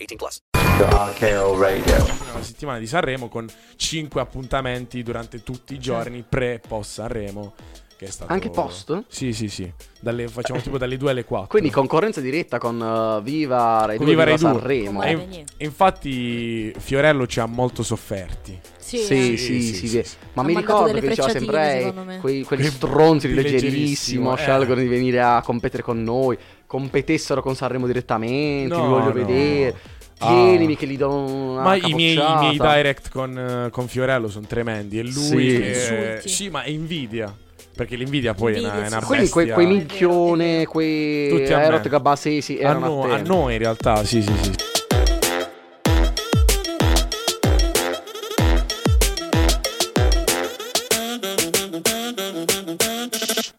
18 plus. RKO Radio. La settimana di Sanremo con 5 appuntamenti durante tutti i giorni pre e post Sanremo. Che è stato... Anche post? Sì, sì, sì. Dalle- facciamo tipo dalle 2 alle 4. Quindi concorrenza diretta con eh, Viva Rai Con 2 Viva Rai due. Sanremo. E in- infatti Fiorello ci ha molto sofferti. Sì, Sì, sì, sì, eh. Sì, sì, sì. sì. Ma Ha mi mandato ricordo delle che diceva frecciatine, sempre secondo me. eh, quei, quegli Che- stronzi di di leggerissimo leggerissimo, eh. scelgono di venire a competere con noi, competessero con Sanremo direttamente, No, vi voglio no. vedere. Ah. Tienimi che gli do una Ma i miei, i miei capocciata. direct con, eh, con Fiorello sono tremendi. E lui Sì. che- Insulti. sì, ma invidia. Perché l'invidia poi è una, è Invidia, una sì. Quindi quei, bestia. quei vero, è minchione, vero. quei Tutti a Erot me. Gabbasesi, sì, a, erano no- a a te. noi in realtà, sì, sì, sì.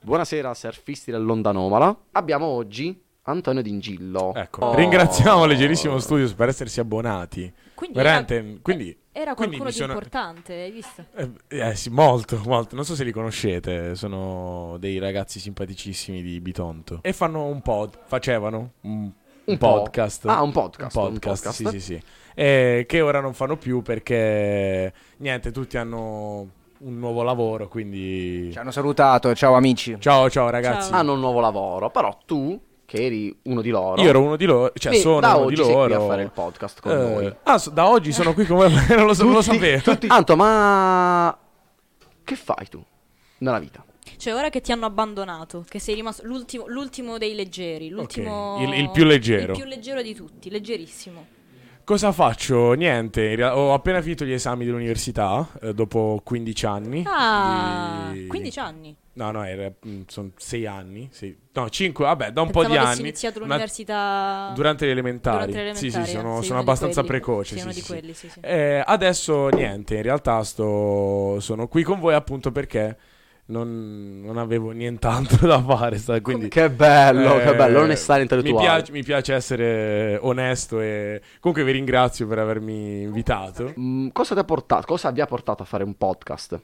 Buonasera surfisti dell'onda anomala. Abbiamo oggi Antonio D'Ingillo. Ecco. Oh. Ringraziamo Leggerissimo Studios per essersi abbonati. Quindi Veramente, era, eh, quindi- era quindi qualcuno mi di sono- importante, hai visto? Eh, eh, sì, molto, molto. Non so se li conoscete, sono dei ragazzi simpaticissimi di Bitonto. E fanno un pod, facevano un, Un po'. podcast. Ah, un podcast, Un un podcast, podcast. sì, sì, sì. Eh, che ora non fanno più perché, niente, tutti hanno un nuovo lavoro, quindi... Ci hanno salutato, ciao amici. Ciao, ciao ragazzi. Ciao. Hanno un nuovo lavoro, però tu, che eri uno di loro... Io ero uno di loro, cioè Beh, sono da uno oggi di sei loro. qui a fare il podcast con noi. Ah, so- da oggi sono qui come non lo, so, non lo sapevo. Anto, ma che fai tu nella vita? Cioè, ora che ti hanno abbandonato, che sei rimasto l'ultimo, l'ultimo dei leggeri, l'ultimo... Il- il più leggero. Il più leggero di tutti, leggerissimo. Cosa faccio? Niente, in real- ho appena finito gli esami dell'università eh, dopo 15 anni. Ah, di- 15 anni. No, no, sono 6 anni. sei- No, 5, vabbè, da un Pensavo po' di avessi anni. iniziato ma l'università... Durante le elementari. Durante le elementari, Sì, sì, sono, sei sono uno di abbastanza quelli. precoce. Sei uno sì, di sì, sì. quelli, sì, sì. Eh, adesso niente, in realtà sto... sono qui con voi appunto perché non, non avevo nient'altro da fare. sta- Quindi... Che bello, Eh, che bello, l'onestà Mi intellettuale. piace, mi piace essere onesto e comunque vi ringrazio per avermi invitato. Mm, cosa ti ha portato? Cosa vi ha portato a fare un podcast?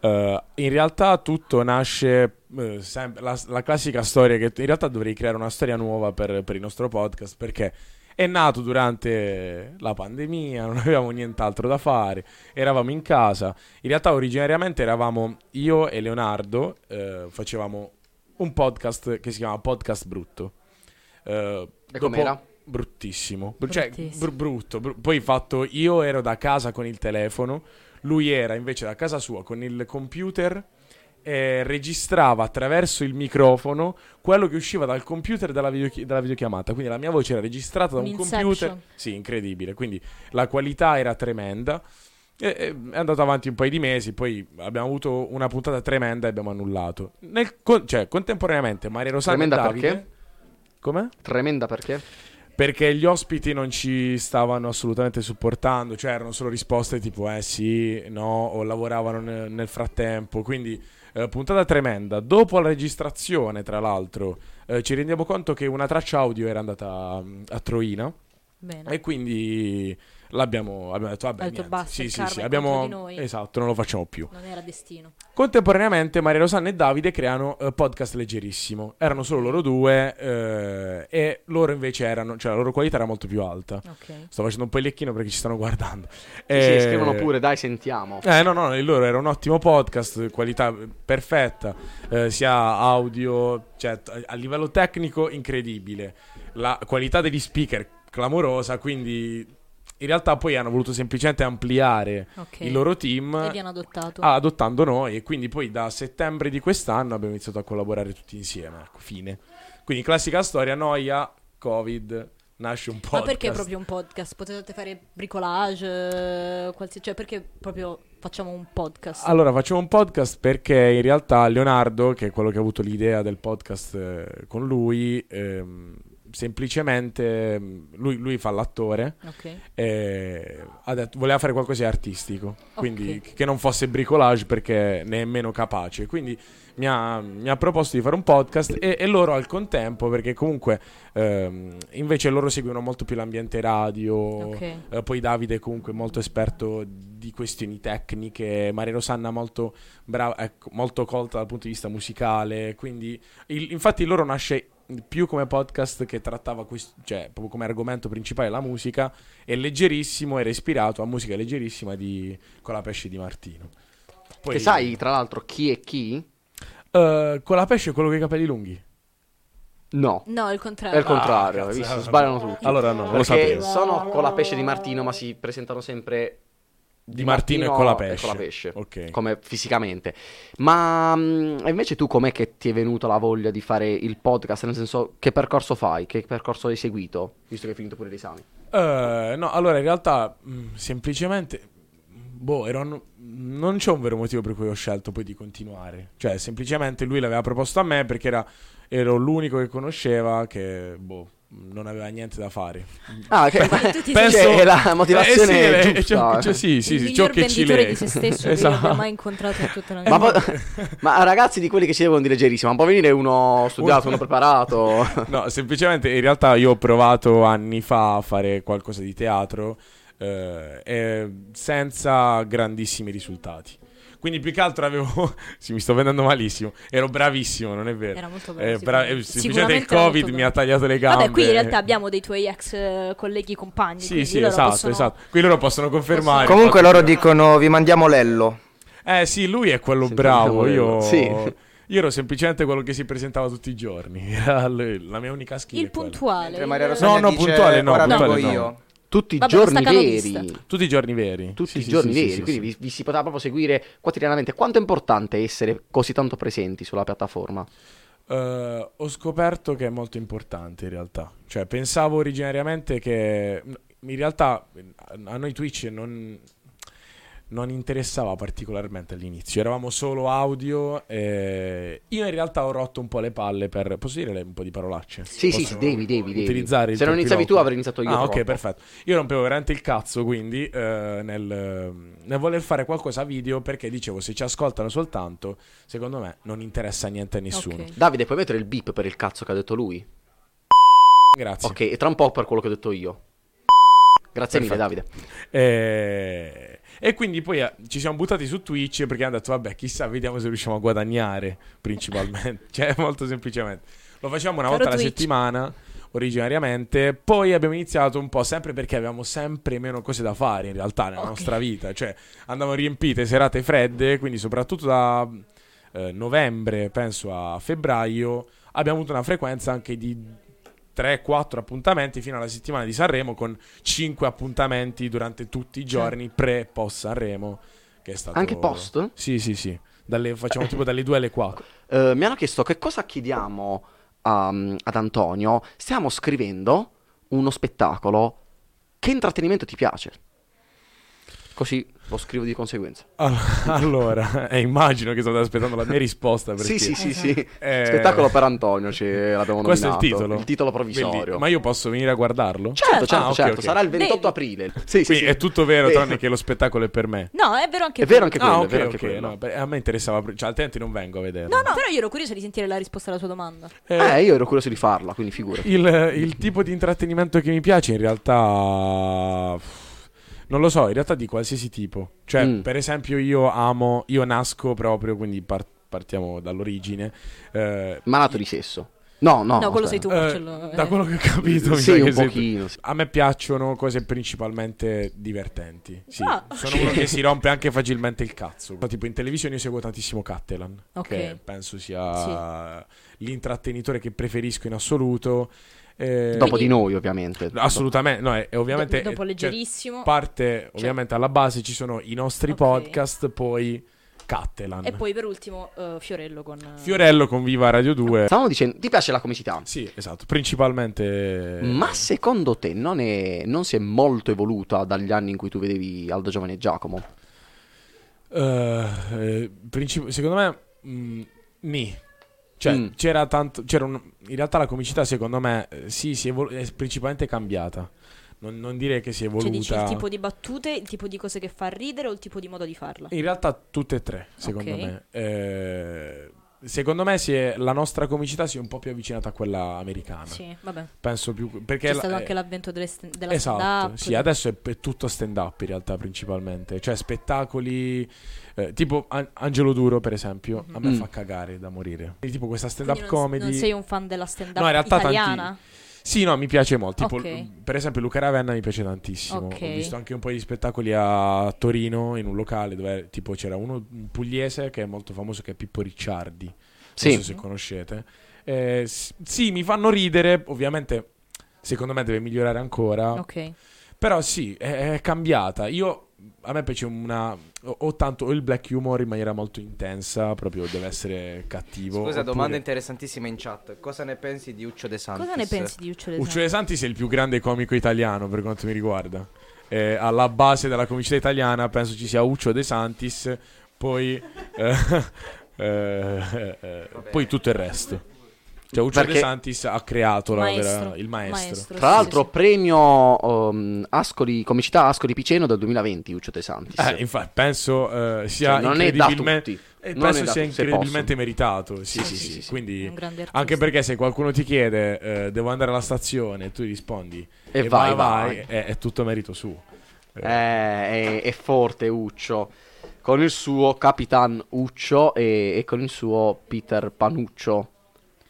Eh, in realtà tutto nasce eh, sempre- la, la classica storia che in realtà dovrei creare una storia nuova per, per il nostro podcast perché è nato durante la pandemia, non avevamo nient'altro da fare, eravamo in casa. In realtà originariamente eravamo io e Leonardo, eh, facevamo un podcast che si chiama Podcast Brutto. Eh, E com'era? Bruttissimo. Bru- cioè, Bruttissimo. br- brutto. br- poi fatto, io ero da casa con il telefono, lui era invece da casa sua con il computer e registrava attraverso il microfono quello che usciva dal computer dalla, videochi- dalla videochiamata. Quindi la mia voce era registrata da un Un'inception. computer. Sì, incredibile. Quindi la qualità era tremenda. E- e- è andato avanti un paio di mesi, poi abbiamo avuto una puntata tremenda e abbiamo annullato. Nel con- cioè, contemporaneamente Maria Rosanna e Tremenda Davide... perché? Come? Tremenda perché? Perché gli ospiti non ci stavano assolutamente supportando, cioè erano solo risposte tipo eh sì, no, o lavoravano ne- nel frattempo, quindi eh, puntata tremenda. Dopo la registrazione, tra l'altro, eh, ci rendiamo conto che una traccia audio era andata mm, a Troina Bene. e quindi l'abbiamo abbiamo detto vabbè, Ha detto, niente, "Basta, sì, il sì, karma sì, è abbiamo contro di noi." esatto, non lo facciamo più. Non era destino. Contemporaneamente Maria Rosanna e Davide creano eh, podcast leggerissimo. Erano solo loro due eh, e loro invece erano, cioè la loro qualità era molto più alta. Ok. Sto facendo un pellecchino perché ci stanno guardando. Sì, Eh, scrivono pure, dai, sentiamo. Eh no, no, il loro era un ottimo podcast, qualità perfetta, eh, sia audio, cioè t- a livello tecnico incredibile. La qualità degli speaker clamorosa, quindi in realtà poi hanno voluto semplicemente ampliare Ok. il loro team Mm. E vi hanno adottato. ah, adottando noi e quindi poi da settembre di quest'anno abbiamo iniziato a collaborare tutti insieme, ecco, fine. Quindi classica storia, noia, Covid, nasce un po'. Ma perché proprio un podcast? Potete fare bricolage, eh, qualsiasi... Cioè, perché proprio facciamo un podcast? Allora, facciamo un podcast perché in realtà Leonardo, che è quello che ha avuto l'idea del podcast eh, con lui, ehm, semplicemente ehm, lui, lui fa Ah. l'attore. ok. eh, ha detto, voleva fare qualcosa di artistico, quindi Ok. che non fosse bricolage perché ne è meno capace. Quindi mi ha, mi ha proposto di fare un podcast e, e loro al contempo, perché comunque ehm, invece loro seguono molto più l'ambiente radio. Ok. Eh, poi Davide è comunque molto esperto di questioni tecniche, Maria Rosanna molto brava, ecco, molto colta dal punto di vista musicale, quindi il- infatti loro nasce più come podcast che trattava quest- cioè proprio come argomento principale la musica e leggerissimo era ispirato a musica leggerissima di Con la pesce di Martino. Poi, Che sai, tra l'altro, chi è chi? eh, con la pesce è quello con i capelli lunghi. No. No, il È contrario. il contrario, Ah, cazzo, hai visto? allora- sbagliano tutti. allora no, non lo Perché sapevo. sono con la pesce di Martino, ma si presentano sempre Di Martino e con la pesce. con la pesce, Ok. come fisicamente. Ma mh, e invece tu com'è che ti è venuta la voglia di fare il podcast? Nel senso, che percorso fai? Che percorso hai seguito? Visto che hai finito pure gli esami. Eh, no, allora in realtà mh, semplicemente boh, ero un- non c'è un vero motivo per cui ho scelto poi di continuare. Cioè, semplicemente lui l'aveva proposto a me perché era, ero l'unico che conosceva che boh, non aveva niente da fare. Ah, che tu ti Penso- cioè, la motivazione Eh sì, eh, giusta. ciò- ciò- sì, sì, il sì, ciò miglior che ci Esatto. venditore lega. di se stesso che io abbia mai incontrato in tutta la mia Ma, vita. po- ma ragazzi di quelli che ci devono di leggerissimo, ma può venire uno studiato, uno preparato. No, semplicemente in realtà io ho provato anni fa a fare qualcosa di teatro eh, e senza grandissimi risultati. Quindi più che altro avevo... sì, mi sto vendendo malissimo. Ero bravissimo, non è vero. Era molto bravo. Eh, bra- eh, sicuramente. semplicemente il Sicuramente era molto Covid mi ha bravo. tagliato le gambe. Vabbè, qui in realtà abbiamo dei tuoi ex eh, colleghi compagni. Sì, quindi sì, loro esatto, possono- esatto. Qui loro possono confermare. Comunque infatti- loro dicono vi mandiamo Lello. Eh sì, lui è quello Sentiamo bravo. Io... quello. Sì. io ero semplicemente quello che si presentava tutti i giorni. Era lui- la mia unica skill. Il è quella. puntuale. Mentre Maria il- Rosanna No, no, dice, puntuale no, "Ora puntuale vengo no." io. Tutti i Vabbè, giorni staccato vista. veri. Tutti i giorni veri. Tutti Sì, i sì, giorni sì, veri, sì, sì, quindi sì. Vi, vi si poteva proprio seguire quotidianamente. Quanto è importante essere così tanto presenti sulla piattaforma? Eh, ho scoperto che è molto importante in realtà. Cioè, pensavo originariamente che in realtà a noi Twitch non, non interessava particolarmente all'inizio. Eravamo solo audio. E io in realtà ho rotto un po' le palle per. Posso dire le- un po' di parolacce? Sì, sì, Posso sì, devi, devi, devi. utilizzare il Se non tuo iniziavi tu, pilota? avrei iniziato io. Ah, ok, troppo. perfetto. Io rompevo veramente il cazzo, quindi, eh, nel, eh, nel voler fare qualcosa video perché dicevo, se ci ascoltano soltanto, secondo me non interessa niente a nessuno. Ok. Davide, puoi mettere il beep per il cazzo che ha detto lui? Grazie. Ok, e tra un po' per quello che ho detto io. Grazie mille, Perfetto. Davide. Eh, E quindi poi eh, ci siamo buttati su Twitch perché hanno detto, vabbè, chissà, vediamo se riusciamo a guadagnare principalmente. cioè, molto semplicemente. Lo facciamo una Caro volta alla Twitch. settimana originariamente, poi abbiamo iniziato un po' sempre perché avevamo sempre meno cose da fare in realtà nella Ok. nostra vita, cioè andavamo riempite serate fredde, quindi soprattutto da eh, novembre, penso a febbraio, abbiamo avuto una frequenza anche di 3-4 appuntamenti fino alla settimana di Sanremo con 5 appuntamenti durante tutti i giorni pre e post Sanremo, che è stato Anche post? Sì, sì, sì. Dalle- facciamo tipo dalle 2 alle 4. Eh, mi hanno chiesto che cosa chiediamo a- ad Antonio. Stiamo scrivendo uno spettacolo. Che intrattenimento ti piace? Così lo scrivo di conseguenza. Allora, eh, immagino che state aspettando la mia risposta perché Sì, sì, sì, sì. Eh, Spettacolo per Antonio, ce l'abbiamo Questo è il nominato. titolo. Il titolo provvisorio. Belli- Ma io posso venire a guardarlo? Certo, certo, Ah, ok, certo. ok. Sarà il 28 Vedi. aprile. Sì, sì, Quindi sì. è tutto vero, Eh, tranne che lo spettacolo è per me. No, è vero anche È vero quello. anche quello, ah, ok, è vero ok. anche quello. no, beh, a me interessava, pr- cioè altrimenti non vengo a vederlo. No, no, però io ero curiosa di sentire la risposta alla sua domanda. Eh, Eh, io ero curioso di farla, quindi figurati. il, il tipo di intrattenimento che mi piace in realtà non lo so, in realtà di qualsiasi tipo. Cioè, Mm. per esempio, io amo, io nasco proprio, quindi par- partiamo dall'origine. eh, Malato di sesso. No, no. No, quello sei aspetta. tu, eh, Marcello. eh. da quello che ho capito, mi Sì, sa che un sei- pochino. sì. A me piacciono cose principalmente divertenti. Sì. Ah, Sono uno che si rompe anche facilmente il cazzo. Tipo in televisione io seguo tantissimo Cattelan, Ok. che penso sia l'intrattenitore che preferisco in assoluto. Eh, Dopo di noi, ovviamente. Assolutamente, no, è, è ovviamente Do- dopo cioè, leggerissimo. Cioè. parte ovviamente alla base ci sono i nostri Ok. podcast, poi Cattelan. E poi per ultimo eh, Fiorello con... eh, Fiorello con Viva Radio 2. Stavamo dicendo, ti piace la comicità? Sì, esatto, principalmente Ma secondo te non, è- non si è molto evoluta dagli anni in cui tu vedevi Aldo Giovane e Giacomo? Eh, eh, princip- secondo me mh, ni. Cioè, Mm. c'era tanto c'era un- in realtà la comicità secondo me eh, sì, si è, evol- è principalmente cambiata. Non, non dire che si è Cioè evoluta. dici il tipo di battute, il tipo di cose che fa ridere o il tipo di modo di farla? In realtà tutte e tre, secondo Ok. me. Eh, secondo me si è- la nostra comicità si è un po' più avvicinata a quella americana. Sì, vabbè. Penso più perché C'è la- stato anche eh, l'avvento delle st- della Esatto, stand-up. sì, adesso è, è tutto stand up in realtà principalmente, cioè spettacoli eh, tipo An- Angelo Duro per esempio, a me Mm. fa cagare da morire. E tipo questa stand Quindi up non, comedy. non sei un fan della stand-up No, in realtà tanti- italiana? Sì, no, mi piace molto, tipo Ok. l- per esempio Luca Ravenna mi piace tantissimo. Ok. Ho visto anche un po' di spettacoli a Torino in un locale dove tipo c'era uno pugliese che è molto famoso che è Pippo Ricciardi. Sì. Non so se conoscete. Eh, s- sì, mi fanno ridere, ovviamente secondo me deve migliorare ancora. Ok. Però sì, è, è cambiata. Io a me piace una. Ho, ho tanto ho il black humor in maniera molto intensa. Proprio deve essere cattivo. Scusa, Boh, oppure- domanda interessantissima in chat. Cosa ne pensi di Uccio De Santis? Cosa ne pensi di Uccello di Uccio De Santis è il più grande comico italiano per quanto mi riguarda. Eh, alla base della comicità italiana penso ci sia Uccio De Santis, poi, eh, eh, eh, poi tutto il resto. Cioè, Uccio Perché- De Santis ha creato la vera- il maestro. Tra l'altro, premio ehm, Ascoli, comicità Ascoli Piceno del 2020, Uccio De Santis. Eh, infatti, penso eh, sia Cioè, non è da incredibilme- tutti. eh, Non penso è da sia tutti, se incredibilmente possono. meritato. Sì, sì, sì. sì, sì. Quindi, Un grande artista. anche perché se qualcuno ti chiede, eh, devo andare alla stazione, e tu gli rispondi "Eh, E vai, vai. È, è tutto merito suo. Eh, è, è forte Uccio. Con il suo Capitan Uccio e, e con il suo Peter Panuccio.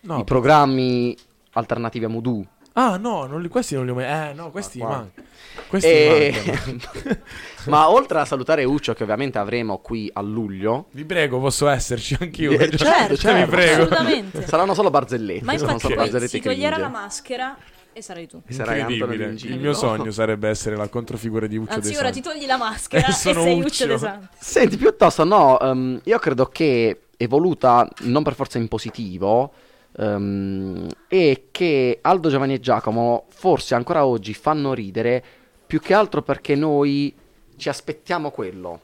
No, I programmi alternativi a Moodoo. ah, no, non li- questi non li ho mai. Eh, no, questi Ma Ah, qua- Eh. mancano. Questi E- mancano. Ma oltre a salutare Uccio, che ovviamente avremo qui a luglio, Vi prego, posso esserci anch'io. Eh, Cioè, Certo, cioè, vi certo, prego. assolutamente. saranno solo barzellette. Ma saranno infatti solo poi barzellette si toglierà cringe. la maschera e sarai tu. E sarai Antonio Incredibile. Longini. Il mio sogno sarebbe essere la controfigura di Uccio Anzi, De ora Santis. ti togli la maschera Eh, e sono sei Uccio De Uccio. Santis. Senti, piuttosto no, ehm, io credo che evoluta non per forza in positivo ehm, e che Aldo, Giovanni e Giacomo forse ancora oggi fanno ridere più che altro perché noi ci aspettiamo quello.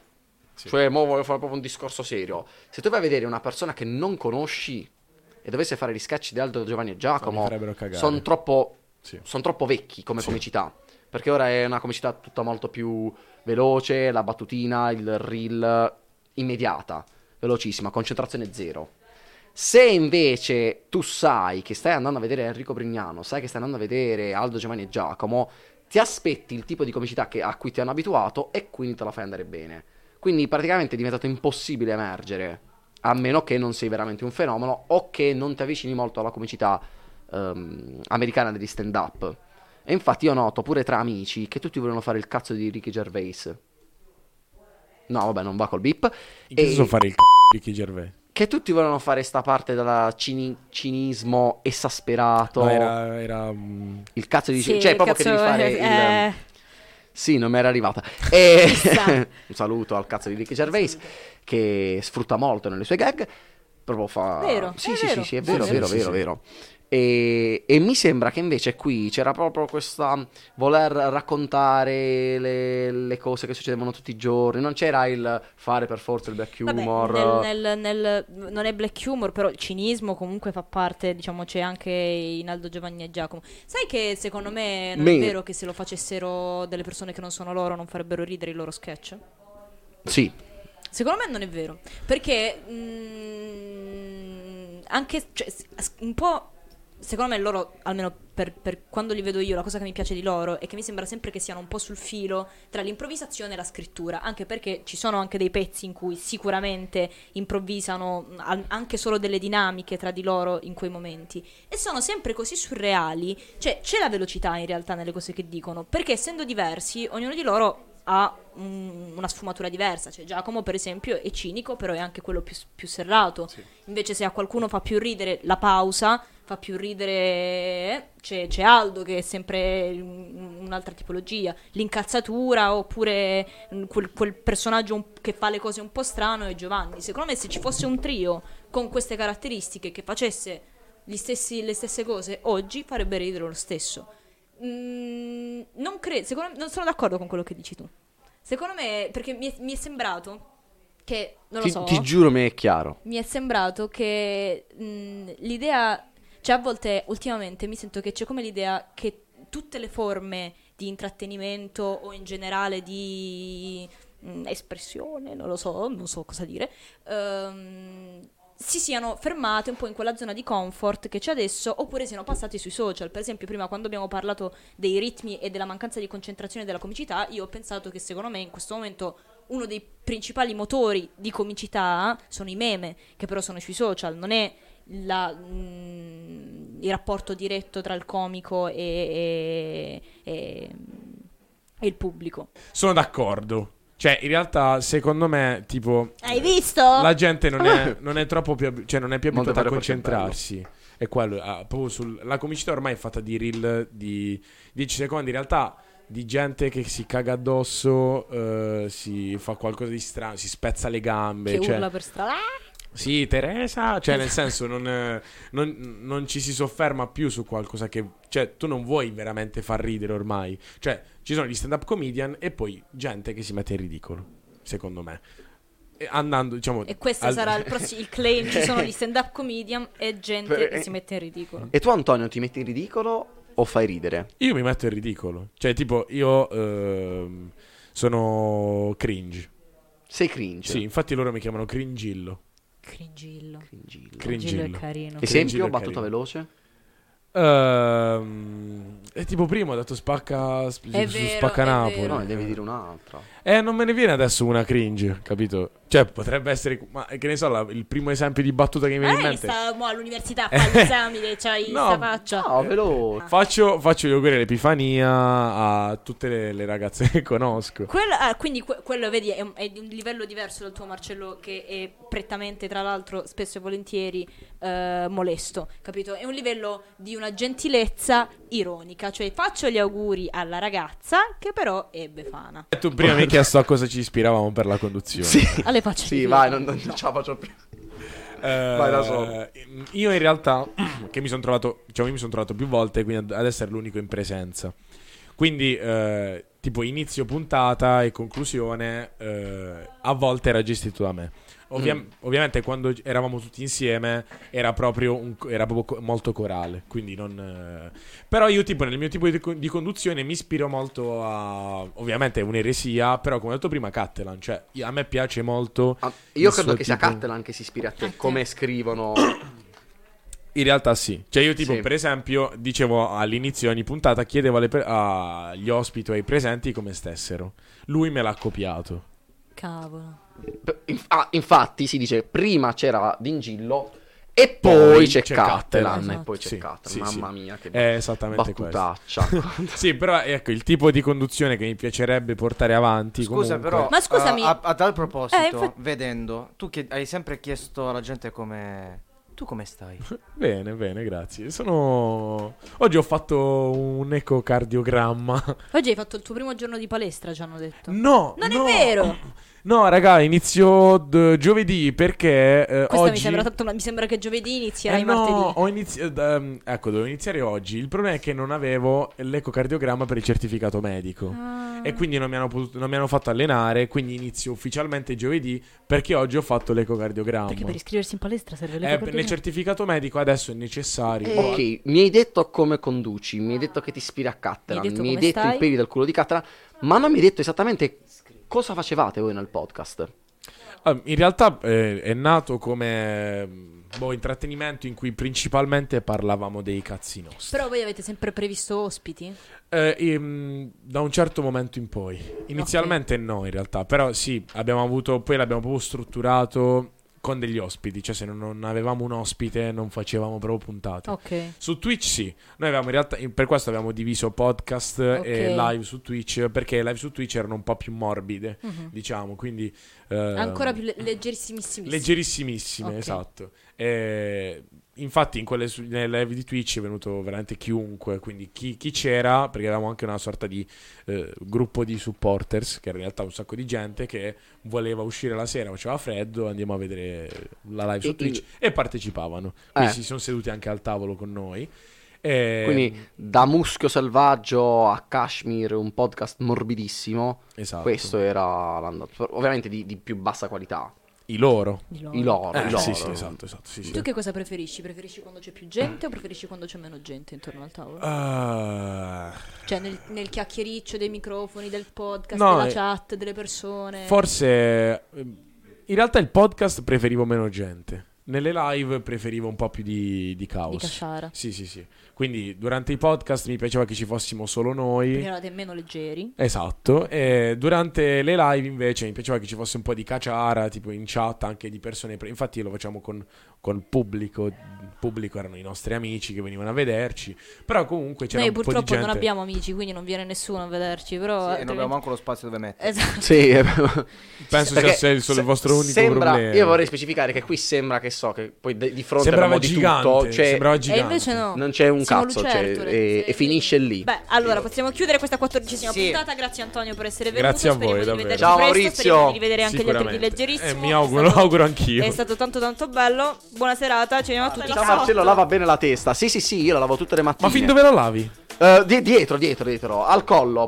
Cioè, mo voglio fare proprio un discorso serio. Se tu vai a vedere una persona che non conosci e dovesse fare gli sketch di Aldo, Giovanni e Giacomo, farebbero cagare. sono troppo, Sì. son troppo vecchi come Sì. comicità. Perché ora è una comicità tutta molto più veloce, la battutina, il reel immediata, velocissima, concentrazione zero. Se invece tu sai che stai andando a vedere Enrico Brignano, sai che stai andando a vedere Aldo Giovanni e Giacomo, ti aspetti il tipo di comicità che- a cui ti hanno abituato e quindi te la fai andare bene. Quindi praticamente è diventato impossibile emergere, a meno che non sei veramente un fenomeno o che non ti avvicini molto alla comicità ehm, americana degli stand-up. E infatti io noto pure tra amici che tutti vogliono fare il cazzo di Ricky Gervais. No, vabbè, non va col beep. In che E- senso fare il c***o di Ricky Gervais? che tutti volevano fare sta parte della cini- cinismo esasperato. No, era, era, mm, Il cazzo di Sì, cioè proprio cazzo, che devi fare il- eh, Sì, non mi era arrivata. E- Chissà. un saluto al cazzo di Ricky Gervais che sfrutta molto nelle sue gag. Proprio fa Vero, Sì, è sì, vero, sì, sì, è è vero, vero. vero, Sì, sì, vero, sì. vero. E, e mi sembra che invece qui c'era proprio questa voler raccontare le, le cose che succedevano tutti i giorni, non c'era il fare per forza il black vabbè, humor. nel- nel- nel- non è black humor, però il cinismo comunque fa parte, diciamo, c'è anche in Aldo Giovanni e Giacomo. Sai che secondo me non Me- è vero che se lo facessero delle persone che non sono loro non farebbero ridere i loro sketch? Sì, Secondo me non è vero, perché mm, anche cioè, s- s- un po', secondo me loro, almeno per, per quando li vedo io, la cosa che mi piace di loro è che mi sembra sempre che siano un po' sul filo tra l'improvvisazione e la scrittura, anche perché ci sono anche dei pezzi in cui sicuramente improvvisano mm, al- anche solo delle dinamiche tra di loro in quei momenti e sono sempre così surreali, cioè c'è la velocità in realtà nelle cose che dicono, perché essendo diversi, ognuno di loro ha un- una sfumatura diversa. Cioè, Giacomo, per esempio, è cinico, però è anche quello più, più serrato. Invece, se a qualcuno fa più ridere la pausa, fa più ridere. C'è, c'è Aldo, che è sempre un- un'altra tipologia. L'incazzatura, oppure mm, quel, quel personaggio un- che fa le cose un po' strano, è Giovanni. Secondo me, se ci fosse un trio con queste caratteristiche che facesse gli stessi- le stesse cose oggi farebbe ridere lo stesso. Mm, non, cre- secondo me- non sono d'accordo con quello che dici tu. Secondo me, perché mi è, mi è sembrato che, non lo Ti, so, ti giuro, mi è chiaro. mi è sembrato che mm, l'idea, cioè a volte ultimamente mi sento che c'è come l'idea che tutte le forme di intrattenimento o in generale di mm, espressione, non lo so, non so cosa dire, ehm, si siano fermate un po' in quella zona di comfort che c'è adesso oppure siano passati sui social. Per esempio, prima quando abbiamo parlato dei ritmi e della mancanza di concentrazione e della comicità, io ho pensato che secondo me in questo momento uno dei principali motori di comicità sono i meme, che però sono sui social, non è la, mm, il rapporto diretto tra il comico e- e- e- e il pubblico. Sono d'accordo. Cioè, in realtà, secondo me, tipo, Hai visto? la gente non è, non è troppo più, ab- cioè, non è più Monte abituata a Verde concentrarsi. È quello, ah, proprio sul- la comicità ormai è fatta di reel di 10 secondi. In realtà, di gente che si caga addosso, eh, si fa qualcosa di strano, si spezza le gambe. che cioè, urla per Ah! strada. Sì, Teresa, cioè nel senso non, eh, non- non ci si sofferma più su qualcosa che... Cioè tu non vuoi veramente far ridere ormai. Cioè ci sono gli stand-up comedian e poi gente che si mette in ridicolo, secondo me. E andando, diciamo... E questo al- sarà il, prossimo, il claim. Ci sono gli stand-up comedian e gente Per- eh, che si mette in ridicolo. E tu, Antonio, ti metti in ridicolo o fai ridere? Io mi metto in ridicolo. Cioè tipo io ehm, sono cringe. Sei cringe. Sì, infatti loro mi chiamano cringillo. Ehm, Cringillo. Cringillo. Cringillo è Cringillo. carino. Cringillo Esempio, è battuta carino. veloce. Ehm, è tipo prima ho dato spacca... sp- È su vero, è spacca Napoli. vero. Eh, No, ne devi dire un'altra. Eh, non me ne viene adesso una cringe, capito? Cioè, potrebbe essere. Ma che ne so, la- il primo esempio di battuta che mi Ah, viene in eh, mente. sta mo, all'università, fa gli esami, c'hai No, sta faccia. Ciao, veloce. Faccio, faccio gli auguri all'Epifania a tutte le, le ragazze che conosco. Quello- ah, quindi que- quello, vedi, è, un- è di un livello diverso dal tuo Marcello che è prettamente, tra l'altro, spesso e volentieri eh, molesto, capito? È un livello di una gentilezza ironica, cioè faccio gli auguri alla ragazza che però è befana. Tu prima mi hai chiesto a cosa ci ispiravamo per la conduzione. Alle facce Sì, di vai, Pietro. non, non ce la faccio più. Eh, Vai da solo. Io in realtà, che mi sono trovato, diciamo, io mi sono trovato più volte, quindi ad ad essere l'unico in presenza. Quindi, eh, tipo, inizio puntata e conclusione, eh, a volte era gestito da me. Ovvia- Mm. Ovviamente, quando eravamo tutti insieme, era proprio, un- era proprio co- molto corale. Quindi, non. eh, Però, io, tipo, nel mio tipo di, co- di conduzione mi ispiro molto a. Ovviamente, è un'eresia, però, come ho detto prima, Catalan. Cioè, io- a me piace molto. Ah, Io il credo suo che sia tipo- Catalan che si ispira a te. Come scrivono. In realtà sì. Cioè io tipo, Sì. per esempio, dicevo all'inizio di ogni puntata, chiedevo alle pre- agli ospiti o ai presenti come stessero. Lui me l'ha copiato. Cavolo. P- inf- ah, infatti, si dice prima c'era Dingillo. E poi c'è, Catalan. Esatto. E poi c'è Sì, Catalan. sì, sì. Mamma mia, che È esattamente questo. battutaccia. Sì, però ecco, il tipo di conduzione che mi piacerebbe portare avanti Scusa, comunque- però. Ma scusami. A, a- a tal proposito, Eh, infa- vedendo, tu che hai sempre chiesto alla gente come. Tu come stai? Cioè, Bene, bene, grazie. Sono Oggi ho fatto un ecocardiogramma. Oggi hai fatto il tuo primo giorno di palestra, ci hanno detto. No, non no. è vero! No, raga, inizio d- giovedì perché eh, Questa mi oggi- sembra tanto una- mi sembra che giovedì inizierai Eh no, martedì. ho iniziato. ehm, ecco, dovevo iniziare oggi. Il problema è che non avevo l'ecocardiogramma per il certificato medico. Ah. E quindi non mi, hanno potuto- non mi hanno fatto allenare. Quindi inizio ufficialmente giovedì. Perché oggi ho fatto l'ecocardiogramma. Perché per iscriversi in palestra serve Eh, l'ecocardiogramma. nel certificato medico adesso è necessario. Eh, Ok, boh. mi hai detto come conduci, mi hai detto che ti ispiri a Catalan, Mi hai detto mi hai come detto stai? i peli del culo di Catalan, ma non mi hai detto esattamente cosa facevate voi nel podcast. Ah, In realtà eh, è nato come mm, boh, intrattenimento in cui principalmente parlavamo dei cazzi nostri. Però voi avete sempre previsto ospiti? Eh, ehm, da un certo momento in poi. Inizialmente no, in realtà, però sì, abbiamo avuto, poi l'abbiamo proprio strutturato con degli ospiti, cioè se non, non avevamo un ospite non facevamo proprio puntate. Ok. Su Twitch sì, noi avevamo in realtà, in- per questo avevamo diviso podcast e Ok. live su Twitch, perché le live su Twitch erano un po' più morbide, diciamo, quindi... eh, Mhm. Ancora più le- leggerissimissimi. Leggerissimissime, Ok. esatto. E infatti, in quelle su- nelle live di Twitch è venuto veramente chiunque. Quindi chi, chi c'era, perché avevamo anche una sorta di eh, gruppo di supporters, che era in realtà un sacco di gente che voleva uscire la sera, faceva freddo, andiamo a vedere la live E- su e- Twitch e partecipavano. Quindi Eh. si sono seduti anche al tavolo con noi. E- Quindi da Muschio Selvaggio a Kashmir, un podcast morbidissimo. esatto. Questo era l'andato. Ovviamente di, di più bassa qualità. i loro. I loro. Eh, i loro. sì, sì, esatto, esatto, sì, sì. Tu che cosa preferisci? Preferisci quando c'è più gente o preferisci quando c'è meno gente intorno al tavolo? Eh. Ah. Cioè nel, nel chiacchiericcio dei microfoni, del podcast, No, della eh, chat, delle persone. Forse ehm, in realtà il podcast preferivo meno gente. Nelle live preferivo un po' più di, di di caos. cacciara. sì, sì, sì. Quindi durante i podcast mi piaceva che ci fossimo solo Perché noi. eravate meno leggeri. Esatto. E durante le live invece mi piaceva che ci fosse un po' di caciara, tipo in chat anche di persone. pre- Infatti lo facciamo con, col pubblico. Il pubblico erano i nostri amici che venivano a vederci. Però comunque c'era Noi un po' di purtroppo gente. non abbiamo amici, quindi non viene nessuno a vederci, però... Sì, e non altrimenti- abbiamo manco lo spazio dove mettere. Esatto. Sì, eh, Penso perché sia il, solo il se- vostro unico sembra, problema. Io vorrei specificare che qui sembra che so, che poi de- di fronte sembrava abbiamo di gigante. tutto, cioè, sembrava E gigante. invece no. non c'è un Siamo cazzo, cioè, lucertole, e- sì. e finisce lì. Beh, allora possiamo chiudere questa quattordicesima Sì. puntata. Grazie Antonio per essere venuto. Grazie a Speriamo voi, di davvero. vederti Ciao, presto, Maurizio. Speriamo di rivedere anche gli altri di Sicuramente. leggerissimo. Eh, mi auguro, È stato- lo auguro anch'io. È stato tanto tanto bello. Buona serata, ci vediamo a tutti. Ciao Marcello, diciamo, lava bene la testa. Sì, sì, sì, io la lavo tutte le mattine. Ma fin dove la lavi? Eh, di- dietro, dietro, dietro, al collo,